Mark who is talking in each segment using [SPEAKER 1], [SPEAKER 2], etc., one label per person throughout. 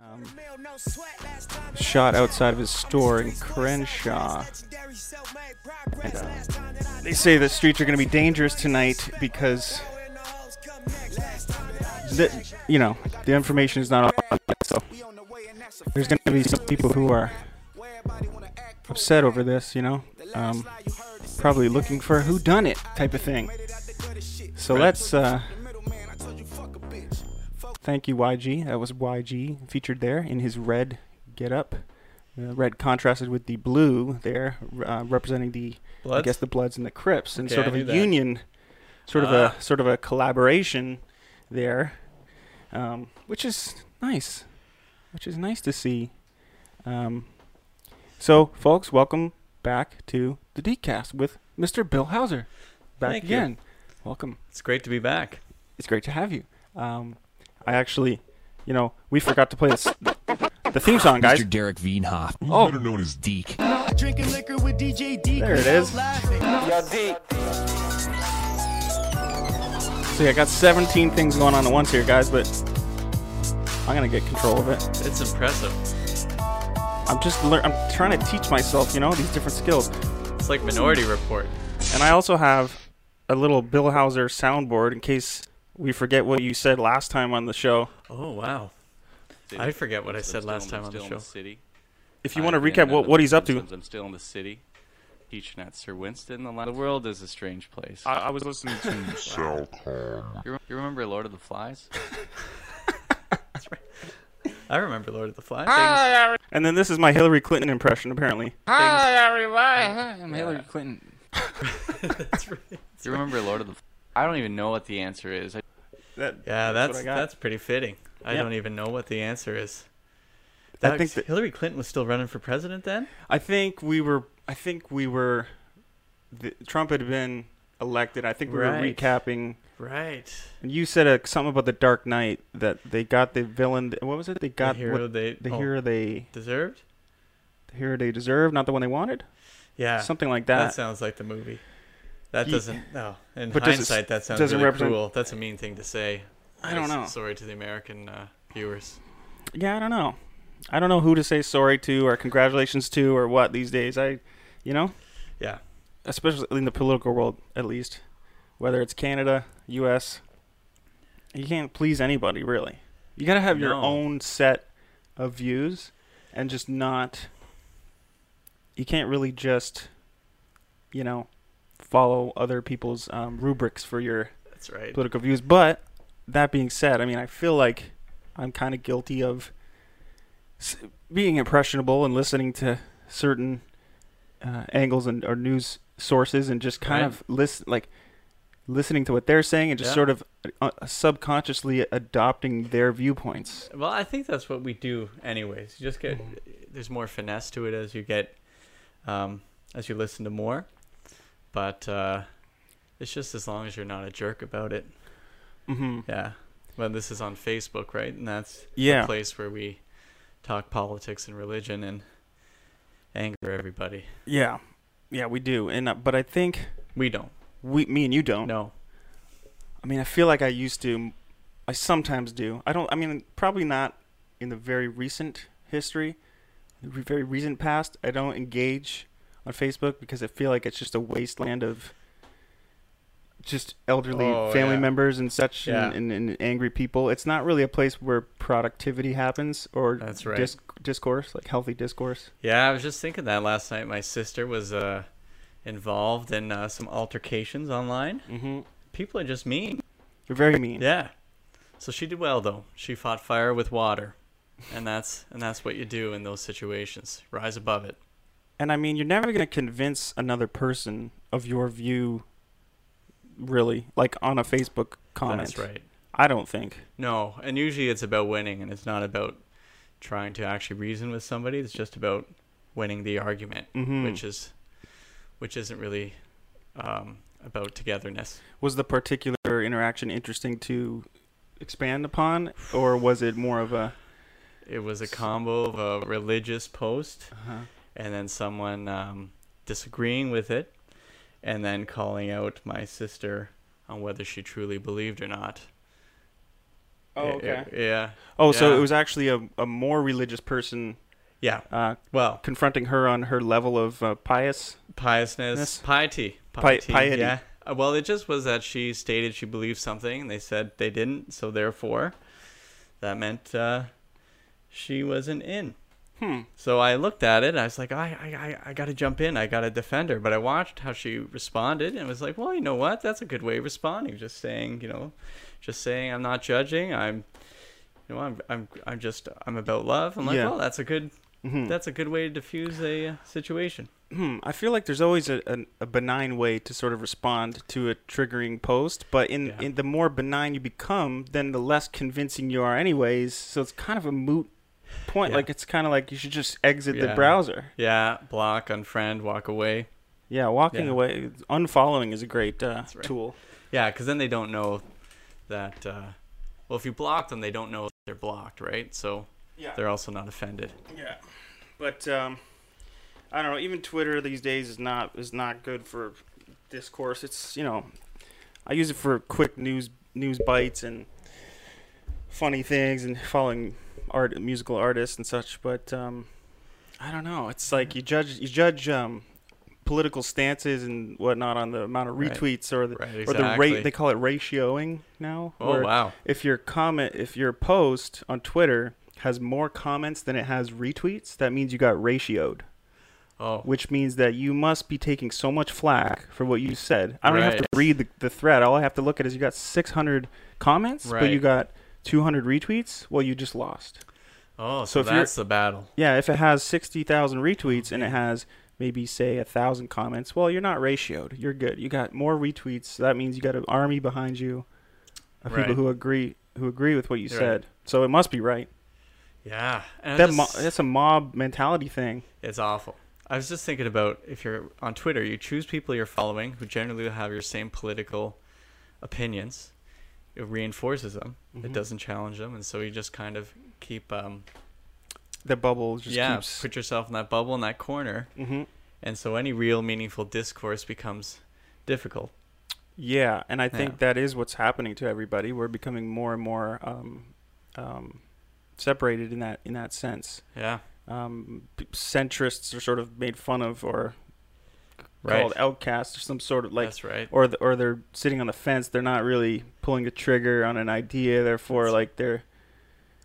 [SPEAKER 1] um, shot outside of his store in Crenshaw. And, uh, they say the streets are going to be dangerous tonight because, the, you know, the information is not all. So there's going to be some people who are upset over this, you know, um, probably looking for who done it type of thing. So
[SPEAKER 2] Right.
[SPEAKER 1] let's uh, thank you YG. That was YG featured there in his red get up. The red contrasted with the blue there, uh, representing the I
[SPEAKER 2] Bloods?
[SPEAKER 1] guess the Bloods and the Crips, and
[SPEAKER 2] Okay,
[SPEAKER 1] sort
[SPEAKER 2] I
[SPEAKER 1] of a
[SPEAKER 2] knew that.
[SPEAKER 1] union, sort of
[SPEAKER 2] Ah.
[SPEAKER 1] a sort of a collaboration there, um, which is nice, which is nice to see. Um, so, folks, welcome back to the Decast with Mr. Bill Hauser. Back
[SPEAKER 2] Thank you.
[SPEAKER 1] again. Welcome.
[SPEAKER 2] It's great to be back.
[SPEAKER 1] It's great to have you. Um, I actually, you know, we forgot to play this, the theme song, guys.
[SPEAKER 3] Mr. Derek Wienhoff,
[SPEAKER 1] Oh.
[SPEAKER 3] better known as Deke.
[SPEAKER 4] Drinking liquor with DJ D.
[SPEAKER 1] There it is. See, I got 17 things going on at once here, guys, but I'm gonna get control of it.
[SPEAKER 2] It's impressive.
[SPEAKER 1] I'm just lear- I'm trying to teach myself, you know, these different skills.
[SPEAKER 2] It's like Minority Report.
[SPEAKER 1] And I also have a little Bill Hauser soundboard in case we forget what you said last time on the show.
[SPEAKER 2] Oh wow. I forget what I said last time on the
[SPEAKER 5] still in
[SPEAKER 2] show.
[SPEAKER 5] the city.
[SPEAKER 1] If you want to
[SPEAKER 5] I am
[SPEAKER 1] recap
[SPEAKER 5] not
[SPEAKER 1] what,
[SPEAKER 5] the
[SPEAKER 1] what he's up to,
[SPEAKER 5] Simpsons. I'm still in the city. Teaching at Sir Winston. The, li- the world is a strange place.
[SPEAKER 6] I, I was listening to
[SPEAKER 5] you, re- you remember Lord of the Flies?
[SPEAKER 2] I remember Lord of the Flies.
[SPEAKER 1] Ah! and then this is my Hillary Clinton impression, apparently.
[SPEAKER 5] I'm Hillary Clinton. you remember Lord of the? F- I don't even know what the answer is. I,
[SPEAKER 1] That,
[SPEAKER 2] Yeah,
[SPEAKER 1] what
[SPEAKER 2] that's
[SPEAKER 1] I got.
[SPEAKER 2] that's pretty fitting. I
[SPEAKER 1] Yeah.
[SPEAKER 2] don't even know what the answer is.
[SPEAKER 1] I
[SPEAKER 2] That,
[SPEAKER 1] think that-
[SPEAKER 2] Hillary Clinton was still running for president then.
[SPEAKER 1] I think we were. I think we were. The, Trump had been elected. I think we were
[SPEAKER 2] Right.
[SPEAKER 1] recapping.
[SPEAKER 2] Right.
[SPEAKER 1] And you said uh, something about the Dark Knight that they got the villain. What was it? They got
[SPEAKER 2] the hero
[SPEAKER 1] what-
[SPEAKER 2] they
[SPEAKER 1] the
[SPEAKER 2] oh,
[SPEAKER 1] hero they
[SPEAKER 2] deserved.
[SPEAKER 1] the hero they deserved, not the one they wanted.
[SPEAKER 2] Yeah,
[SPEAKER 1] Something like
[SPEAKER 2] that
[SPEAKER 1] that.
[SPEAKER 2] sounds like the movie. That
[SPEAKER 1] Ye-
[SPEAKER 2] doesn't. No, in
[SPEAKER 1] But does it s-
[SPEAKER 2] hindsight, that sounds
[SPEAKER 1] doesn't
[SPEAKER 2] really
[SPEAKER 1] represent-
[SPEAKER 2] cruel. That's a mean thing to say.
[SPEAKER 1] I don't know.
[SPEAKER 2] Sorry to the American uh, viewers.
[SPEAKER 1] yeah, I don't know. I don't know who to say sorry to or congratulations to or what these days. I, you know,
[SPEAKER 2] Yeah,
[SPEAKER 1] especially in the political world, at least, whether it's Canada, U.S., you can't please anybody really. You gotta have your
[SPEAKER 2] No.
[SPEAKER 1] own set of views, and just not. You can't really just, you know, follow other people's um, rubrics for your
[SPEAKER 2] that's right.
[SPEAKER 1] political views. But that being said, I mean, I feel like I'm kind of guilty of s- being impressionable and listening to certain uh, angles and or news sources and just kind
[SPEAKER 2] Right.
[SPEAKER 1] of listen like listening to what they're saying and just
[SPEAKER 2] Yeah.
[SPEAKER 1] sort of uh, subconsciously adopting their viewpoints.
[SPEAKER 2] Well, I think that's what we do, anyways. You just get there's more finesse to it as you get um, as you listen to more, but uh, it's just as long as you're not a jerk about it.
[SPEAKER 1] Mm-hmm.
[SPEAKER 2] Yeah. Well, this is on Facebook, right? And that's
[SPEAKER 1] Yeah.
[SPEAKER 2] the place where we talk politics and religion and anger everybody.
[SPEAKER 1] Yeah, yeah, we do. And uh, but I think
[SPEAKER 2] We don't.
[SPEAKER 1] we, me and you don't.
[SPEAKER 2] No.
[SPEAKER 1] I mean, I feel like I used to. I sometimes do. I don't. I mean, probably not in the very recent history, the re- very recent past. I don't engage on Facebook because I feel like it's just a wasteland of just elderly
[SPEAKER 2] Oh,
[SPEAKER 1] family
[SPEAKER 2] yeah.
[SPEAKER 1] members and such
[SPEAKER 2] Yeah.
[SPEAKER 1] and, and, and angry people. It's not really a place where productivity happens or
[SPEAKER 2] That's right.
[SPEAKER 1] dis- discourse, like healthy discourse.
[SPEAKER 2] Yeah, I was just thinking that last night. My sister was uh, involved in uh, some altercations online.
[SPEAKER 1] Mm-hmm.
[SPEAKER 2] People are just mean.
[SPEAKER 1] You're very mean.
[SPEAKER 2] Yeah. So she did well though. She fought fire with water. And that's and that's what you do in those situations. Rise above it.
[SPEAKER 1] And I mean, you're never going to convince another person of your view, really, like on a Facebook comment.
[SPEAKER 2] That's right.
[SPEAKER 1] I don't think.
[SPEAKER 2] No, and usually it's about winning, and it's not about trying to actually reason with somebody. It's just about winning the argument,
[SPEAKER 1] Mhm.
[SPEAKER 2] which is which isn't really um, about togetherness.
[SPEAKER 1] Was the particular interaction interesting to expand upon, or was it more of a.
[SPEAKER 2] It was a combo of a religious post
[SPEAKER 1] uh-huh.
[SPEAKER 2] and then someone um, disagreeing with it, and then calling out my sister on whether she truly believed or not.
[SPEAKER 1] Oh,
[SPEAKER 2] Yeah,
[SPEAKER 1] okay.
[SPEAKER 2] Yeah. yeah.
[SPEAKER 1] Oh, so
[SPEAKER 2] Yeah.
[SPEAKER 1] it was actually a, a more religious person
[SPEAKER 2] Yeah.
[SPEAKER 1] uh,
[SPEAKER 2] Well,
[SPEAKER 1] confronting her on her level of uh, pious.
[SPEAKER 2] piousness,
[SPEAKER 1] This-
[SPEAKER 2] piety,
[SPEAKER 1] Pi-
[SPEAKER 2] piety,
[SPEAKER 1] piety.
[SPEAKER 2] Yeah. Uh, Well, it just was that she stated she believed something, and they said they didn't, so therefore, that meant uh, she wasn't in.
[SPEAKER 1] Hmm.
[SPEAKER 2] So I looked at it, and I was like, I, I, I, I got to jump in, I got to defend her. But I watched how she responded, and was like, well, you know what? That's a good way of responding. Just saying, you know, just saying I'm not judging. I'm, you know, I'm, I'm, I'm just, I'm about love. I'm like,
[SPEAKER 1] Yeah.
[SPEAKER 2] well, that's a good,
[SPEAKER 1] Mhm.
[SPEAKER 2] that's a good way to diffuse a uh, situation.
[SPEAKER 1] Hmm. I feel like there's always a, a, a benign way to sort of respond to a triggering post, but in,
[SPEAKER 2] Yeah.
[SPEAKER 1] in the more benign you become, then the less convincing you are, anyways. So it's kind of a moot point.
[SPEAKER 2] Yeah.
[SPEAKER 1] Like it's kind of like you should just exit the
[SPEAKER 2] Yeah.
[SPEAKER 1] browser.
[SPEAKER 2] Yeah, block, unfriend, walk away.
[SPEAKER 1] Yeah, walking
[SPEAKER 2] Yeah.
[SPEAKER 1] away, unfollowing is a great uh,
[SPEAKER 2] right.
[SPEAKER 1] tool.
[SPEAKER 2] Yeah, because then they don't know that. Uh, well, if you block them, they don't know they're blocked, right? So
[SPEAKER 1] Yeah.
[SPEAKER 2] they're also not offended.
[SPEAKER 1] Yeah, but um, I don't know. Even Twitter these days is not is not good for discourse. It's you know, I use it for quick news news bites and funny things and following art musical artists and such. But um, I don't know. It's like you judge you judge um, political stances and whatnot on the amount of
[SPEAKER 2] Right.
[SPEAKER 1] retweets or the
[SPEAKER 2] Right,
[SPEAKER 1] or the
[SPEAKER 2] exactly.
[SPEAKER 1] rate they call it ratioing now.
[SPEAKER 2] Oh
[SPEAKER 1] where
[SPEAKER 2] wow!
[SPEAKER 1] if your comment if your post on Twitter has more comments than it has retweets, that means you got ratioed,
[SPEAKER 2] Oh,
[SPEAKER 1] which means that you must be taking so much flack for what you said. I don't even have to
[SPEAKER 2] Right.
[SPEAKER 1] read the, the thread. All I have to look at is you got 600 comments, but you
[SPEAKER 2] Right.
[SPEAKER 1] got 200 retweets. Well, you just lost. so
[SPEAKER 2] oh, so,
[SPEAKER 1] if you're-
[SPEAKER 2] that's the battle.
[SPEAKER 1] Yeah, if it has 60,000 retweets and it has maybe say a thousand comments, well, you're not ratioed. You're good. You got more retweets. So that means you got an army behind you of
[SPEAKER 2] Right.
[SPEAKER 1] people who agree who agree with what you
[SPEAKER 2] Right.
[SPEAKER 1] said. So it must be right.
[SPEAKER 2] Yeah, and I
[SPEAKER 1] that
[SPEAKER 2] just-
[SPEAKER 1] mo- that's a mob mentality thing.
[SPEAKER 2] it's awful. I was just thinking about if you're on Twitter, you choose people you're following who generally have your same political opinions. It reinforces them.
[SPEAKER 1] Mm-hmm.
[SPEAKER 2] It doesn't challenge them, and so you just kind of keep um,
[SPEAKER 1] The bubble just
[SPEAKER 2] yeah,
[SPEAKER 1] keeps.
[SPEAKER 2] put yourself in that bubble in that corner,
[SPEAKER 1] Mhm.
[SPEAKER 2] and so any real meaningful discourse becomes difficult.
[SPEAKER 1] Yeah, and I think
[SPEAKER 2] Yeah.
[SPEAKER 1] that is what's happening to everybody. We're becoming more and more um, um, separated in that in that sense.
[SPEAKER 2] Yeah,
[SPEAKER 1] Um, p- centrists are sort of made fun of or
[SPEAKER 2] Right.
[SPEAKER 1] called outcasts or some sort of like.
[SPEAKER 2] that's right.
[SPEAKER 1] or, the, or they're sitting on the fence. They're not really pulling the trigger on an idea. Therefore,
[SPEAKER 2] That's-
[SPEAKER 1] like they're.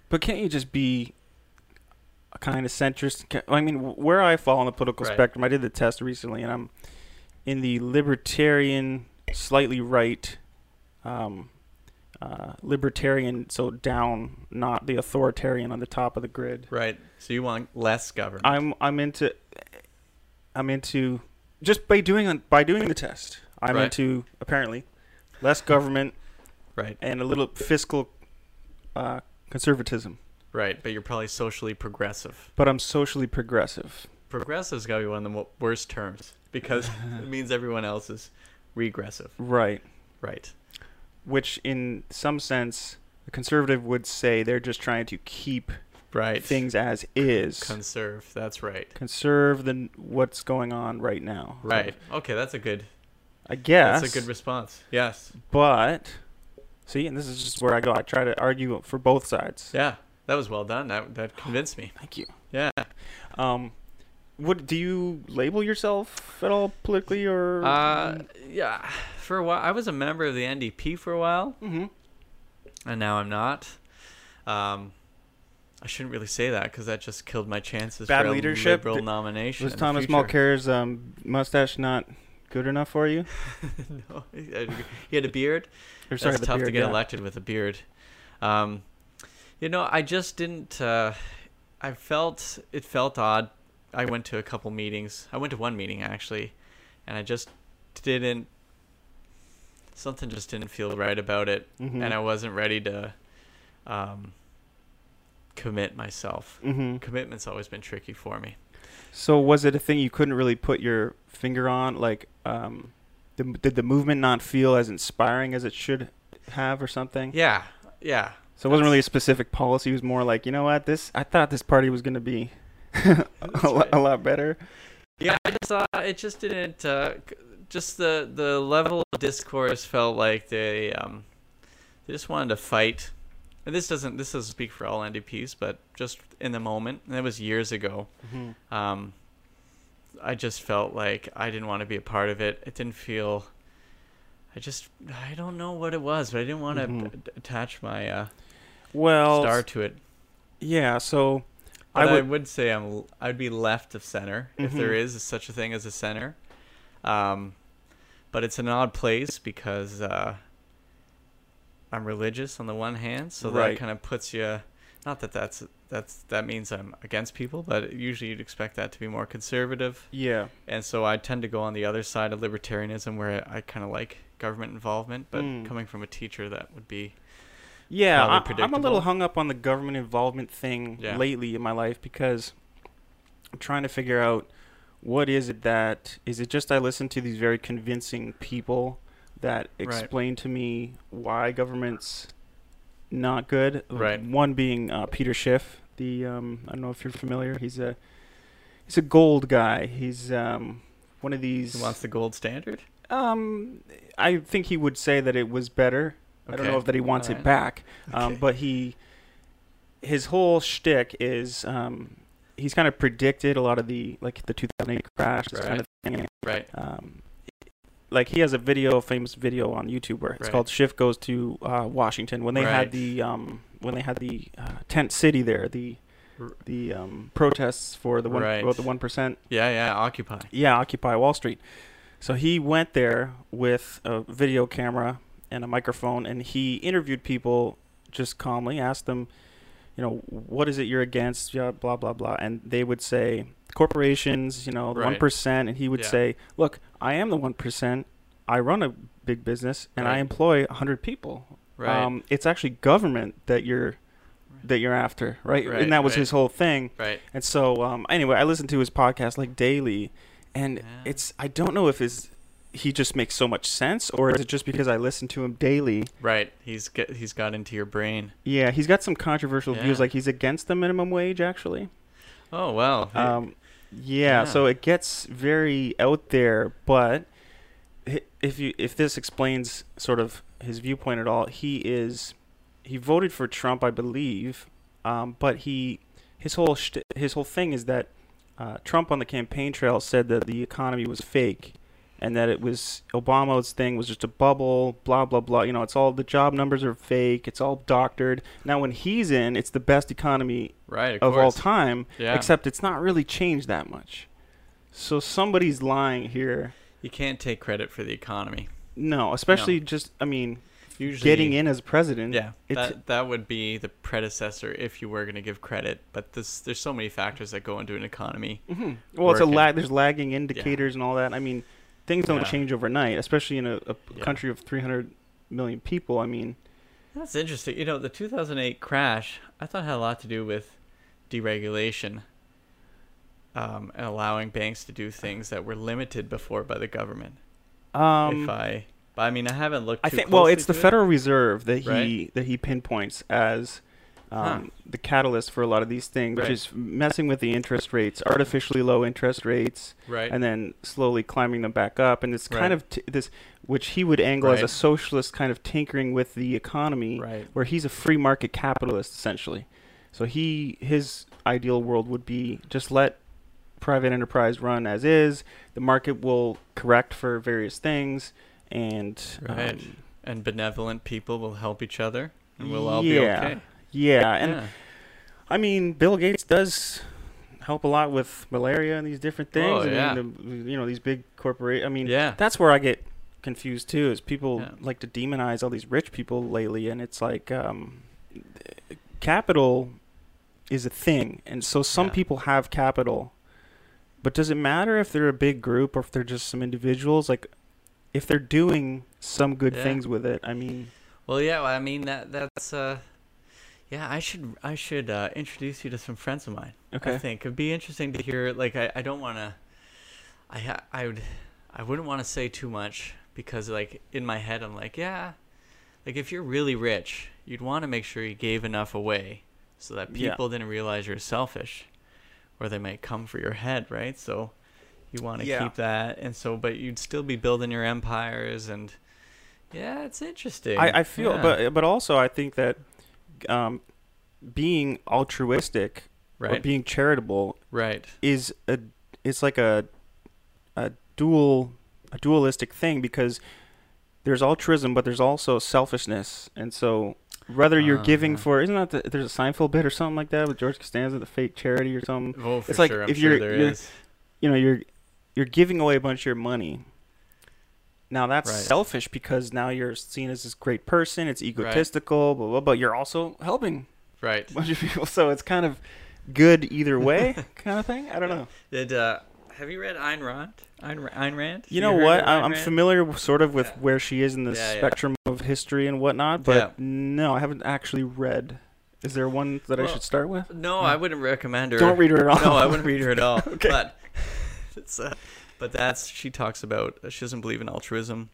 [SPEAKER 1] But can't you just be a kind of centrist? Ca- I mean, wh- where I fall on the political
[SPEAKER 2] Right.
[SPEAKER 1] spectrum, I did the test recently, and I'm in the libertarian, slightly right, um, uh, libertarian, so down, not the authoritarian on the top of the grid.
[SPEAKER 2] Right. So you want less government?
[SPEAKER 1] I'm I'm into I'm into just by doing by doing the test. I'm
[SPEAKER 2] Right.
[SPEAKER 1] into apparently less government
[SPEAKER 2] right.
[SPEAKER 1] and a little fiscal uh, conservatism,
[SPEAKER 2] Right. But you're probably socially progressive.
[SPEAKER 1] but I'm socially progressive.
[SPEAKER 2] Progressive's got to be one of the mo- worst terms because it means everyone else is regressive.
[SPEAKER 1] Right.
[SPEAKER 2] Right.
[SPEAKER 1] Which in some sense a conservative would say they're just trying to keep
[SPEAKER 2] Right.
[SPEAKER 1] things as is.
[SPEAKER 2] Conserve. That's right.
[SPEAKER 1] conserve the what's going on right now.
[SPEAKER 2] Right. Okay. That's a good.
[SPEAKER 1] I guess.
[SPEAKER 2] That's a good response. Yes.
[SPEAKER 1] but see, and this is just where I go. I try to argue for both sides.
[SPEAKER 2] Yeah. That was well done. That that convinced me.
[SPEAKER 1] Thank you.
[SPEAKER 2] Yeah.
[SPEAKER 1] Um, what do you label yourself at all politically or?
[SPEAKER 2] Uh. Yeah. For a while, I was a member of the NDP for a while.
[SPEAKER 1] Mhm.
[SPEAKER 2] and now I'm not. Um, I shouldn't really say that because that just killed my chances
[SPEAKER 1] Bad
[SPEAKER 2] for
[SPEAKER 1] leadership?
[SPEAKER 2] a liberal
[SPEAKER 1] Th-
[SPEAKER 2] nomination.
[SPEAKER 1] was
[SPEAKER 2] in the
[SPEAKER 1] Thomas
[SPEAKER 2] future.
[SPEAKER 1] Mulcair's um, mustache not good enough for you?
[SPEAKER 2] no, I agree. he had a beard.
[SPEAKER 1] Or,
[SPEAKER 2] It's
[SPEAKER 1] the
[SPEAKER 2] tough to
[SPEAKER 1] beard,
[SPEAKER 2] get
[SPEAKER 1] yeah.
[SPEAKER 2] elected with a beard. Um, you know, I just didn't. Uh, I felt it felt odd. I went to a couple meetings. I went to one meeting actually, and I just didn't. Something just didn't feel right about it,
[SPEAKER 1] Mhm.
[SPEAKER 2] and I wasn't ready to um, commit myself.
[SPEAKER 1] Mhm.
[SPEAKER 2] Commitment's always been tricky for me.
[SPEAKER 1] So was it a thing you couldn't really put your finger on? Like, um, the, did the movement not feel as inspiring as it should have, or something?
[SPEAKER 2] Yeah, yeah.
[SPEAKER 1] So it wasn't really a specific policy. It was more like, you know what, this I thought this party was going to be a, lo-
[SPEAKER 2] right.
[SPEAKER 1] a lot better.
[SPEAKER 2] yeah i just uh, it just didn't uh, c- just the the level of discourse felt like they um they just wanted to fight and this doesn't this doesn't speak for all NDPs, but just in the moment, and that was years ago. Um, I just felt like I didn't want to be a part of it. It didn't feel. I just I don't know what it was, but I didn't want to b- attach my uh,
[SPEAKER 1] Well,
[SPEAKER 2] star to it.
[SPEAKER 1] yeah. So
[SPEAKER 2] But
[SPEAKER 1] I
[SPEAKER 2] I
[SPEAKER 1] would. Mm-hmm.
[SPEAKER 2] would say I'm l- I'd be left of center if there is such a thing as a center. Um, but it's an odd place because uh, I'm religious on the one hand, so
[SPEAKER 1] Right.
[SPEAKER 2] that kind of puts you. Not that that's that's that means I'm against people, but usually you'd expect that to be more conservative,
[SPEAKER 1] yeah.
[SPEAKER 2] and so I tend to go on the other side of libertarianism, where I kind of like government involvement. But
[SPEAKER 1] Mm.
[SPEAKER 2] coming from a teacher, that would be
[SPEAKER 1] Yeah, I,
[SPEAKER 2] probably
[SPEAKER 1] I'm a little
[SPEAKER 2] predictable.
[SPEAKER 1] hung up on the government involvement thing
[SPEAKER 2] Yeah.
[SPEAKER 1] lately in my life because I'm trying to figure out what is it that is it just I listen to these very convincing people that
[SPEAKER 2] Right.
[SPEAKER 1] explain to me why government's not good.
[SPEAKER 2] Right.
[SPEAKER 1] One being uh, Peter Schiff. The um, I don't know if you're familiar. He's a he's a gold guy. He's um, one of these.
[SPEAKER 2] he wants the gold standard.
[SPEAKER 1] Um, I think he would say that it was better. I don't
[SPEAKER 2] Okay.
[SPEAKER 1] know if that he wants it
[SPEAKER 2] Alright.
[SPEAKER 1] back. Um,
[SPEAKER 2] Okay.
[SPEAKER 1] but he, his whole shtick is um, he's kind of predicted a lot of the like the 2008 crash, this kind of thing.
[SPEAKER 2] Right.
[SPEAKER 1] Um, like he has a video, a famous video on YouTube where it's
[SPEAKER 2] Right.
[SPEAKER 1] called "Shift Goes to uh, Washington." When they
[SPEAKER 2] Right.
[SPEAKER 1] had the um, when they had the uh, tent city there, the
[SPEAKER 2] R-
[SPEAKER 1] the um, protests for the one
[SPEAKER 2] Right.
[SPEAKER 1] about the one percent
[SPEAKER 2] Yeah. Yeah. Occupy.
[SPEAKER 1] yeah, Occupy Wall Street. So he went there with a video camera and a microphone, and he interviewed people just calmly, asked them, you know, what is it you're against, yeah, blah, blah, blah. And they would say, corporations, you know, the
[SPEAKER 2] Right.
[SPEAKER 1] 1%. And he would
[SPEAKER 2] Yeah.
[SPEAKER 1] say, look, I am the 1%. I run a big business and I
[SPEAKER 2] Right.
[SPEAKER 1] employ 100 people.
[SPEAKER 2] Right.
[SPEAKER 1] Um, it's actually government that you're that you're after, right?
[SPEAKER 2] Right,
[SPEAKER 1] and that was
[SPEAKER 2] right.
[SPEAKER 1] his whole thing.
[SPEAKER 2] right.
[SPEAKER 1] And so, um, anyway, I listen to his podcast like daily, and
[SPEAKER 2] Yeah.
[SPEAKER 1] it's I don't know if his he just makes so much sense, or is it just because I listen to him daily?
[SPEAKER 2] Right. He's get, he's got into your brain.
[SPEAKER 1] Yeah, he's got some controversial views,
[SPEAKER 2] Yeah.
[SPEAKER 1] like he's against the minimum wage, actually.
[SPEAKER 2] Oh wow.
[SPEAKER 1] Um, yeah,
[SPEAKER 2] Yeah.
[SPEAKER 1] so it gets very out there, but hi- if you if this explains sort of his viewpoint at all, he is he voted for Trump, I believe, um, but he his whole shti- his whole thing is that uh, Trump on the campaign trail said that the economy was fake. And that it was Obama's thing was just a bubble, blah blah blah. You know, it's all the job numbers are fake. It's all doctored. Now, when he's in, it's the best economy
[SPEAKER 2] right. Of,
[SPEAKER 1] of all
[SPEAKER 2] course.
[SPEAKER 1] time,
[SPEAKER 2] Yeah.
[SPEAKER 1] except it's not really changed that much. So somebody's lying here.
[SPEAKER 2] You can't take credit for the economy.
[SPEAKER 1] No, especially just I mean,
[SPEAKER 2] Usually
[SPEAKER 1] getting in as president.
[SPEAKER 2] Yeah.
[SPEAKER 1] it's
[SPEAKER 2] that that would be the predecessor if you were going to give credit. But this there's so many factors that go into an economy.
[SPEAKER 1] Mm-hmm. well, it's a
[SPEAKER 2] working.
[SPEAKER 1] lag. There's lagging indicators and all that. I mean, things don't
[SPEAKER 2] Yeah.
[SPEAKER 1] change overnight, especially in a, a
[SPEAKER 2] Yeah.
[SPEAKER 1] country of 300 million people. I mean,
[SPEAKER 2] That's interesting. You know, the 2008 crash I thought had a lot to do with deregulation. Um, and allowing banks to do things that were limited before by the government.
[SPEAKER 1] um,
[SPEAKER 2] if
[SPEAKER 1] I,
[SPEAKER 2] I, but I mean, I haven't looked. too
[SPEAKER 1] think well,
[SPEAKER 2] closely
[SPEAKER 1] it's the
[SPEAKER 2] to it.
[SPEAKER 1] Federal Reserve that he
[SPEAKER 2] Right.
[SPEAKER 1] that he pinpoints as. Um,
[SPEAKER 2] Huh.
[SPEAKER 1] The catalyst for a lot of these things,
[SPEAKER 2] Right.
[SPEAKER 1] which is messing with the interest rates, artificially low interest rates,
[SPEAKER 2] right?
[SPEAKER 1] and then slowly climbing them back up. And it's
[SPEAKER 2] Right.
[SPEAKER 1] kind of t- this, which he would angle as a
[SPEAKER 2] Right.
[SPEAKER 1] socialist kind of tinkering with the economy,
[SPEAKER 2] Right.
[SPEAKER 1] where he's a free market capitalist essentially. So he his ideal world would be just let private enterprise run as is. The market will correct for various things, and
[SPEAKER 2] Right.
[SPEAKER 1] um,
[SPEAKER 2] and benevolent people will help each other and we'll all be
[SPEAKER 1] Yeah.
[SPEAKER 2] okay.
[SPEAKER 1] yeah, and
[SPEAKER 2] yeah.
[SPEAKER 1] I mean, Bill Gates does help a lot with malaria and these different things.
[SPEAKER 2] Oh,
[SPEAKER 1] I mean,
[SPEAKER 2] yeah.
[SPEAKER 1] the- you know, these big corporate. I mean,
[SPEAKER 2] Yeah.
[SPEAKER 1] that's where I get confused too. Is people
[SPEAKER 2] Yeah.
[SPEAKER 1] like to demonize all these rich people lately, and it's like um, capital is a thing, and so some
[SPEAKER 2] Yeah.
[SPEAKER 1] people have capital, but does it matter if they're a big group or if they're just some individuals? Like, if they're doing some good
[SPEAKER 2] Yeah.
[SPEAKER 1] things with it, I mean,
[SPEAKER 2] Well, yeah, well, I mean that that's uh yeah, I should I should uh, introduce you to some friends of mine.
[SPEAKER 1] Okay.
[SPEAKER 2] I think it'd be interesting to hear like I, I don't want to I ha- I would I wouldn't want to say too much because like in my head I'm like, yeah, like if you're really rich, you'd want to make sure you gave enough away so that
[SPEAKER 1] Yeah.
[SPEAKER 2] people didn't realize you're selfish or they might come for your head, right? So you want to
[SPEAKER 1] Yeah.
[SPEAKER 2] keep that and so but you'd still be building your empires and yeah, it's interesting.
[SPEAKER 1] I, I feel,
[SPEAKER 2] Yeah.
[SPEAKER 1] but but also I think that um, being altruistic or
[SPEAKER 2] Right.
[SPEAKER 1] being charitable
[SPEAKER 2] right.
[SPEAKER 1] is a it's like a a dual a dualistic thing because there's altruism but there's also selfishness and so whether you're
[SPEAKER 2] Ah,
[SPEAKER 1] giving
[SPEAKER 2] yeah.
[SPEAKER 1] for isn't that the, there's a Seinfeld bit or something like that with George Costanza the fake charity or something
[SPEAKER 2] Oh, for
[SPEAKER 1] It's like
[SPEAKER 2] sure. I'm
[SPEAKER 1] if
[SPEAKER 2] sure
[SPEAKER 1] you're-
[SPEAKER 2] there
[SPEAKER 1] you're-
[SPEAKER 2] is.
[SPEAKER 1] you know you're you're giving away a bunch of your money now that's
[SPEAKER 2] Right.
[SPEAKER 1] selfish because now you're seen as this great person it's egotistical blah blah blah you're also helping
[SPEAKER 2] Right.
[SPEAKER 1] a bunch of people so it's kind of good either way kind of thing i don't know
[SPEAKER 2] Did uh, have you read Ayn Rand? Ayn, Ra- Ayn Rand?
[SPEAKER 1] You know
[SPEAKER 2] heard
[SPEAKER 1] what?
[SPEAKER 2] of
[SPEAKER 1] I-
[SPEAKER 2] Ayn
[SPEAKER 1] I'm
[SPEAKER 2] Rand?
[SPEAKER 1] familiar with, sort of with
[SPEAKER 2] Yeah.
[SPEAKER 1] where she is in the
[SPEAKER 2] Yeah, yeah.
[SPEAKER 1] spectrum of history and whatnot, but
[SPEAKER 2] Yeah.
[SPEAKER 1] no, I haven't actually read. Is there one that I
[SPEAKER 2] Well,
[SPEAKER 1] should start with?
[SPEAKER 2] No, I wouldn't recommend her.
[SPEAKER 1] Hmm. Don't read her at all.
[SPEAKER 2] No, I wouldn't read her at all.
[SPEAKER 1] Okay.
[SPEAKER 2] But it's uh, but that's she talks about uh, she doesn't believe in altruism,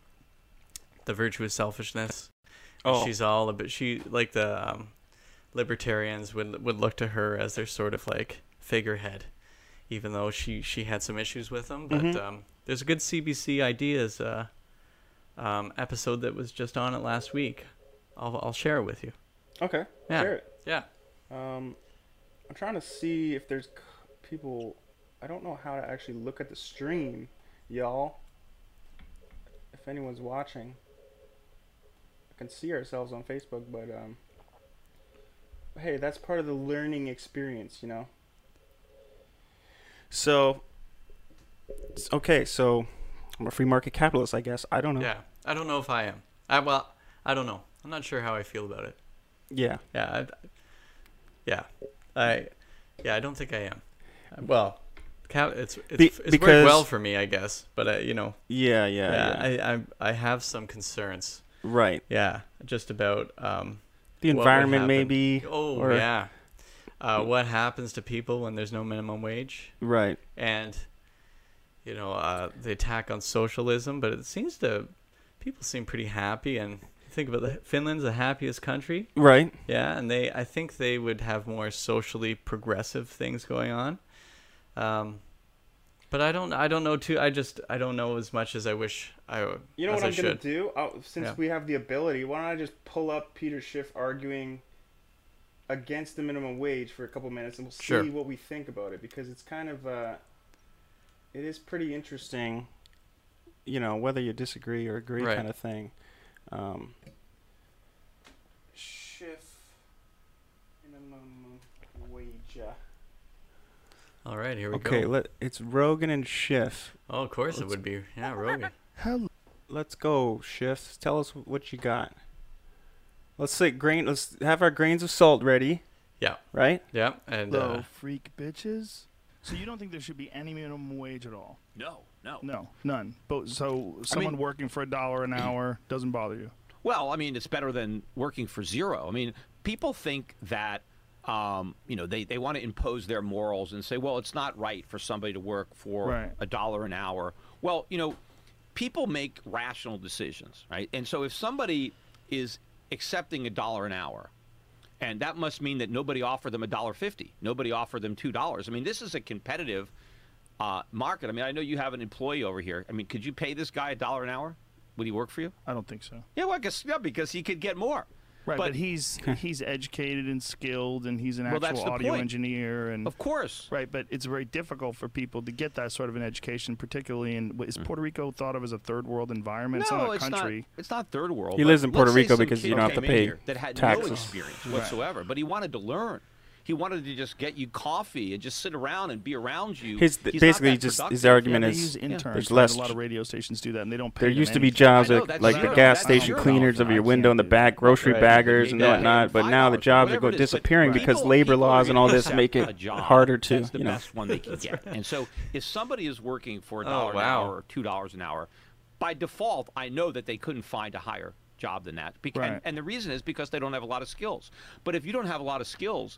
[SPEAKER 2] the virtue of selfishness.
[SPEAKER 1] Oh.
[SPEAKER 2] She's all about she like the um, libertarians would would look to her as their sort of like figurehead, even though she she had some issues with them. But
[SPEAKER 5] Mm-hmm.
[SPEAKER 1] Mhm.
[SPEAKER 2] um, there's a good CBC ideas uh, um, episode that was just on it last week. I'll I'll share it with you.
[SPEAKER 1] Okay.
[SPEAKER 2] Yeah.
[SPEAKER 1] Share it.
[SPEAKER 2] Yeah.
[SPEAKER 1] Um, I'm trying to see if there's c- people. I don't know how to actually look at the stream, y'all. If anyone's watching, I can see ourselves on Facebook, but um, hey, that's part of the learning experience, you know. So, s- okay, so I'm a free market capitalist, I guess. I don't know.
[SPEAKER 2] Yeah, I don't know if I am. I well, I don't know. I'm not sure how I feel about it.
[SPEAKER 1] Yeah.
[SPEAKER 2] Yeah, I, yeah, I, yeah, I don't think I am. Well, ca- it's it's,
[SPEAKER 1] Be-
[SPEAKER 2] it's
[SPEAKER 1] because-
[SPEAKER 2] worked well for me, I guess. But I, you know,
[SPEAKER 1] Yeah. Yeah.
[SPEAKER 2] yeah,
[SPEAKER 1] yeah.
[SPEAKER 2] I, I I have some concerns.
[SPEAKER 1] right.
[SPEAKER 2] Yeah, just about um
[SPEAKER 1] The
[SPEAKER 2] what would
[SPEAKER 1] environment,
[SPEAKER 2] happen.
[SPEAKER 1] maybe.
[SPEAKER 2] Oh
[SPEAKER 1] or-
[SPEAKER 2] yeah, uh, what happens to people when there's no minimum wage?
[SPEAKER 1] Right.
[SPEAKER 2] and you know uh, the attack on socialism. But it seems to people seem pretty happy, and think about the Finland's the happiest country,
[SPEAKER 1] Right.
[SPEAKER 2] yeah, and they I think they would have more socially progressive things going on. Um, but I don't I don't know too. I just I don't know as much as I wish I would.
[SPEAKER 1] You know
[SPEAKER 2] as
[SPEAKER 1] what
[SPEAKER 2] I
[SPEAKER 1] I'm gonna
[SPEAKER 2] should.
[SPEAKER 1] do? i since
[SPEAKER 2] Yeah.
[SPEAKER 1] we have the ability, why don't I just pull up Peter Schiff arguing against the minimum wage for a couple minutes, and we'll see
[SPEAKER 2] Sure.
[SPEAKER 1] what we think about it because it's kind of uh, it is pretty interesting. You know, whether you disagree or agree,
[SPEAKER 2] Right.
[SPEAKER 1] kind of thing. Um, Schiff minimum wage.
[SPEAKER 2] All right, here we
[SPEAKER 1] Okay,
[SPEAKER 2] go.
[SPEAKER 1] let it's Rogan and Schiff.
[SPEAKER 2] Oh, of course it would be. Yeah, Rogan.
[SPEAKER 1] Hello. Let's go, Shifts. Tell us what you got. Let's say grain. Let's have our grains of salt ready,
[SPEAKER 2] Yeah,
[SPEAKER 1] right?
[SPEAKER 2] yeah, and
[SPEAKER 3] Hello,
[SPEAKER 2] uh,
[SPEAKER 3] freak bitches. So you don't think there should be any minimum wage at all?
[SPEAKER 6] No, no.
[SPEAKER 3] No, none. But so someone working for a dollar an hour doesn't bother you.
[SPEAKER 6] Well, I mean, it's better than working for zero. I mean, people think that, um, you know, they, they want to impose their morals and say, well, it's not right for somebody to work for
[SPEAKER 3] Right.
[SPEAKER 6] a dollar an hour. Well, you know, people make rational decisions, right? And so if somebody is accepting a dollar an hour, and that must mean that nobody offered them a dollar fifty. Nobody offered them two dollars. I mean, this is a competitive uh, market. I mean, I know you have an employee over here. I mean, could you pay this guy a dollar an hour? Would he work for you?
[SPEAKER 3] I don't think so.
[SPEAKER 6] Yeah, well, I guess yeah, because he could get more.
[SPEAKER 3] Right, but, he's he's educated and skilled, and he's an
[SPEAKER 6] Well, that's
[SPEAKER 3] actual
[SPEAKER 6] the
[SPEAKER 3] audio
[SPEAKER 6] point.
[SPEAKER 3] engineer. And
[SPEAKER 6] of course.
[SPEAKER 3] right, but it's very difficult for people to get that sort of an education, particularly in is Puerto Rico thought of as a third world environment? it's not a country.
[SPEAKER 6] not. It's not third world.
[SPEAKER 1] He
[SPEAKER 6] but
[SPEAKER 1] lives in
[SPEAKER 6] let's
[SPEAKER 1] Puerto
[SPEAKER 6] say
[SPEAKER 1] Rico
[SPEAKER 6] some
[SPEAKER 1] because you
[SPEAKER 6] kid
[SPEAKER 1] don't have
[SPEAKER 6] came
[SPEAKER 1] to
[SPEAKER 6] in
[SPEAKER 1] pay
[SPEAKER 6] here that had
[SPEAKER 1] taxes.
[SPEAKER 6] no experience whatsoever, but he wanted to learn. He wanted to just get you coffee and just sit around and be around you.
[SPEAKER 1] His
[SPEAKER 6] He's not
[SPEAKER 1] basically
[SPEAKER 6] that
[SPEAKER 1] just his
[SPEAKER 6] productive.
[SPEAKER 1] argument
[SPEAKER 3] they
[SPEAKER 1] is
[SPEAKER 3] use interns.
[SPEAKER 1] there's
[SPEAKER 3] right?
[SPEAKER 1] less.
[SPEAKER 3] A lot of radio stations do that, and they don't pay.
[SPEAKER 1] There
[SPEAKER 3] them
[SPEAKER 1] used to be
[SPEAKER 3] anything.
[SPEAKER 1] jobs
[SPEAKER 6] I know,
[SPEAKER 1] like,
[SPEAKER 6] that's
[SPEAKER 1] like
[SPEAKER 3] zero.
[SPEAKER 1] the gas
[SPEAKER 3] That's
[SPEAKER 1] station
[SPEAKER 3] zero.
[SPEAKER 1] cleaners of
[SPEAKER 3] I
[SPEAKER 1] your
[SPEAKER 3] can't
[SPEAKER 1] window and the
[SPEAKER 3] do
[SPEAKER 1] back grocery
[SPEAKER 3] Right.
[SPEAKER 1] baggers and
[SPEAKER 6] Yeah.
[SPEAKER 1] whatnot. But
[SPEAKER 6] Five
[SPEAKER 1] now the
[SPEAKER 6] dollars,
[SPEAKER 1] jobs are
[SPEAKER 6] whatever
[SPEAKER 1] go
[SPEAKER 6] it is, but
[SPEAKER 1] disappearing because
[SPEAKER 6] people-
[SPEAKER 1] labor
[SPEAKER 6] people are
[SPEAKER 1] laws and all
[SPEAKER 6] gonna
[SPEAKER 1] this make
[SPEAKER 6] accept
[SPEAKER 1] it
[SPEAKER 6] a job.
[SPEAKER 1] harder to
[SPEAKER 6] That's the
[SPEAKER 1] you know.
[SPEAKER 6] best one they can get. And so, if somebody is working for a
[SPEAKER 2] Oh,
[SPEAKER 6] dollar an
[SPEAKER 2] wow.
[SPEAKER 6] hour or two dollars an hour, by default, I know that they couldn't find a higher job than that. Bec-
[SPEAKER 3] Right.
[SPEAKER 6] and, and the reason is because they don't have a lot of skills. But if you don't have a lot of skills,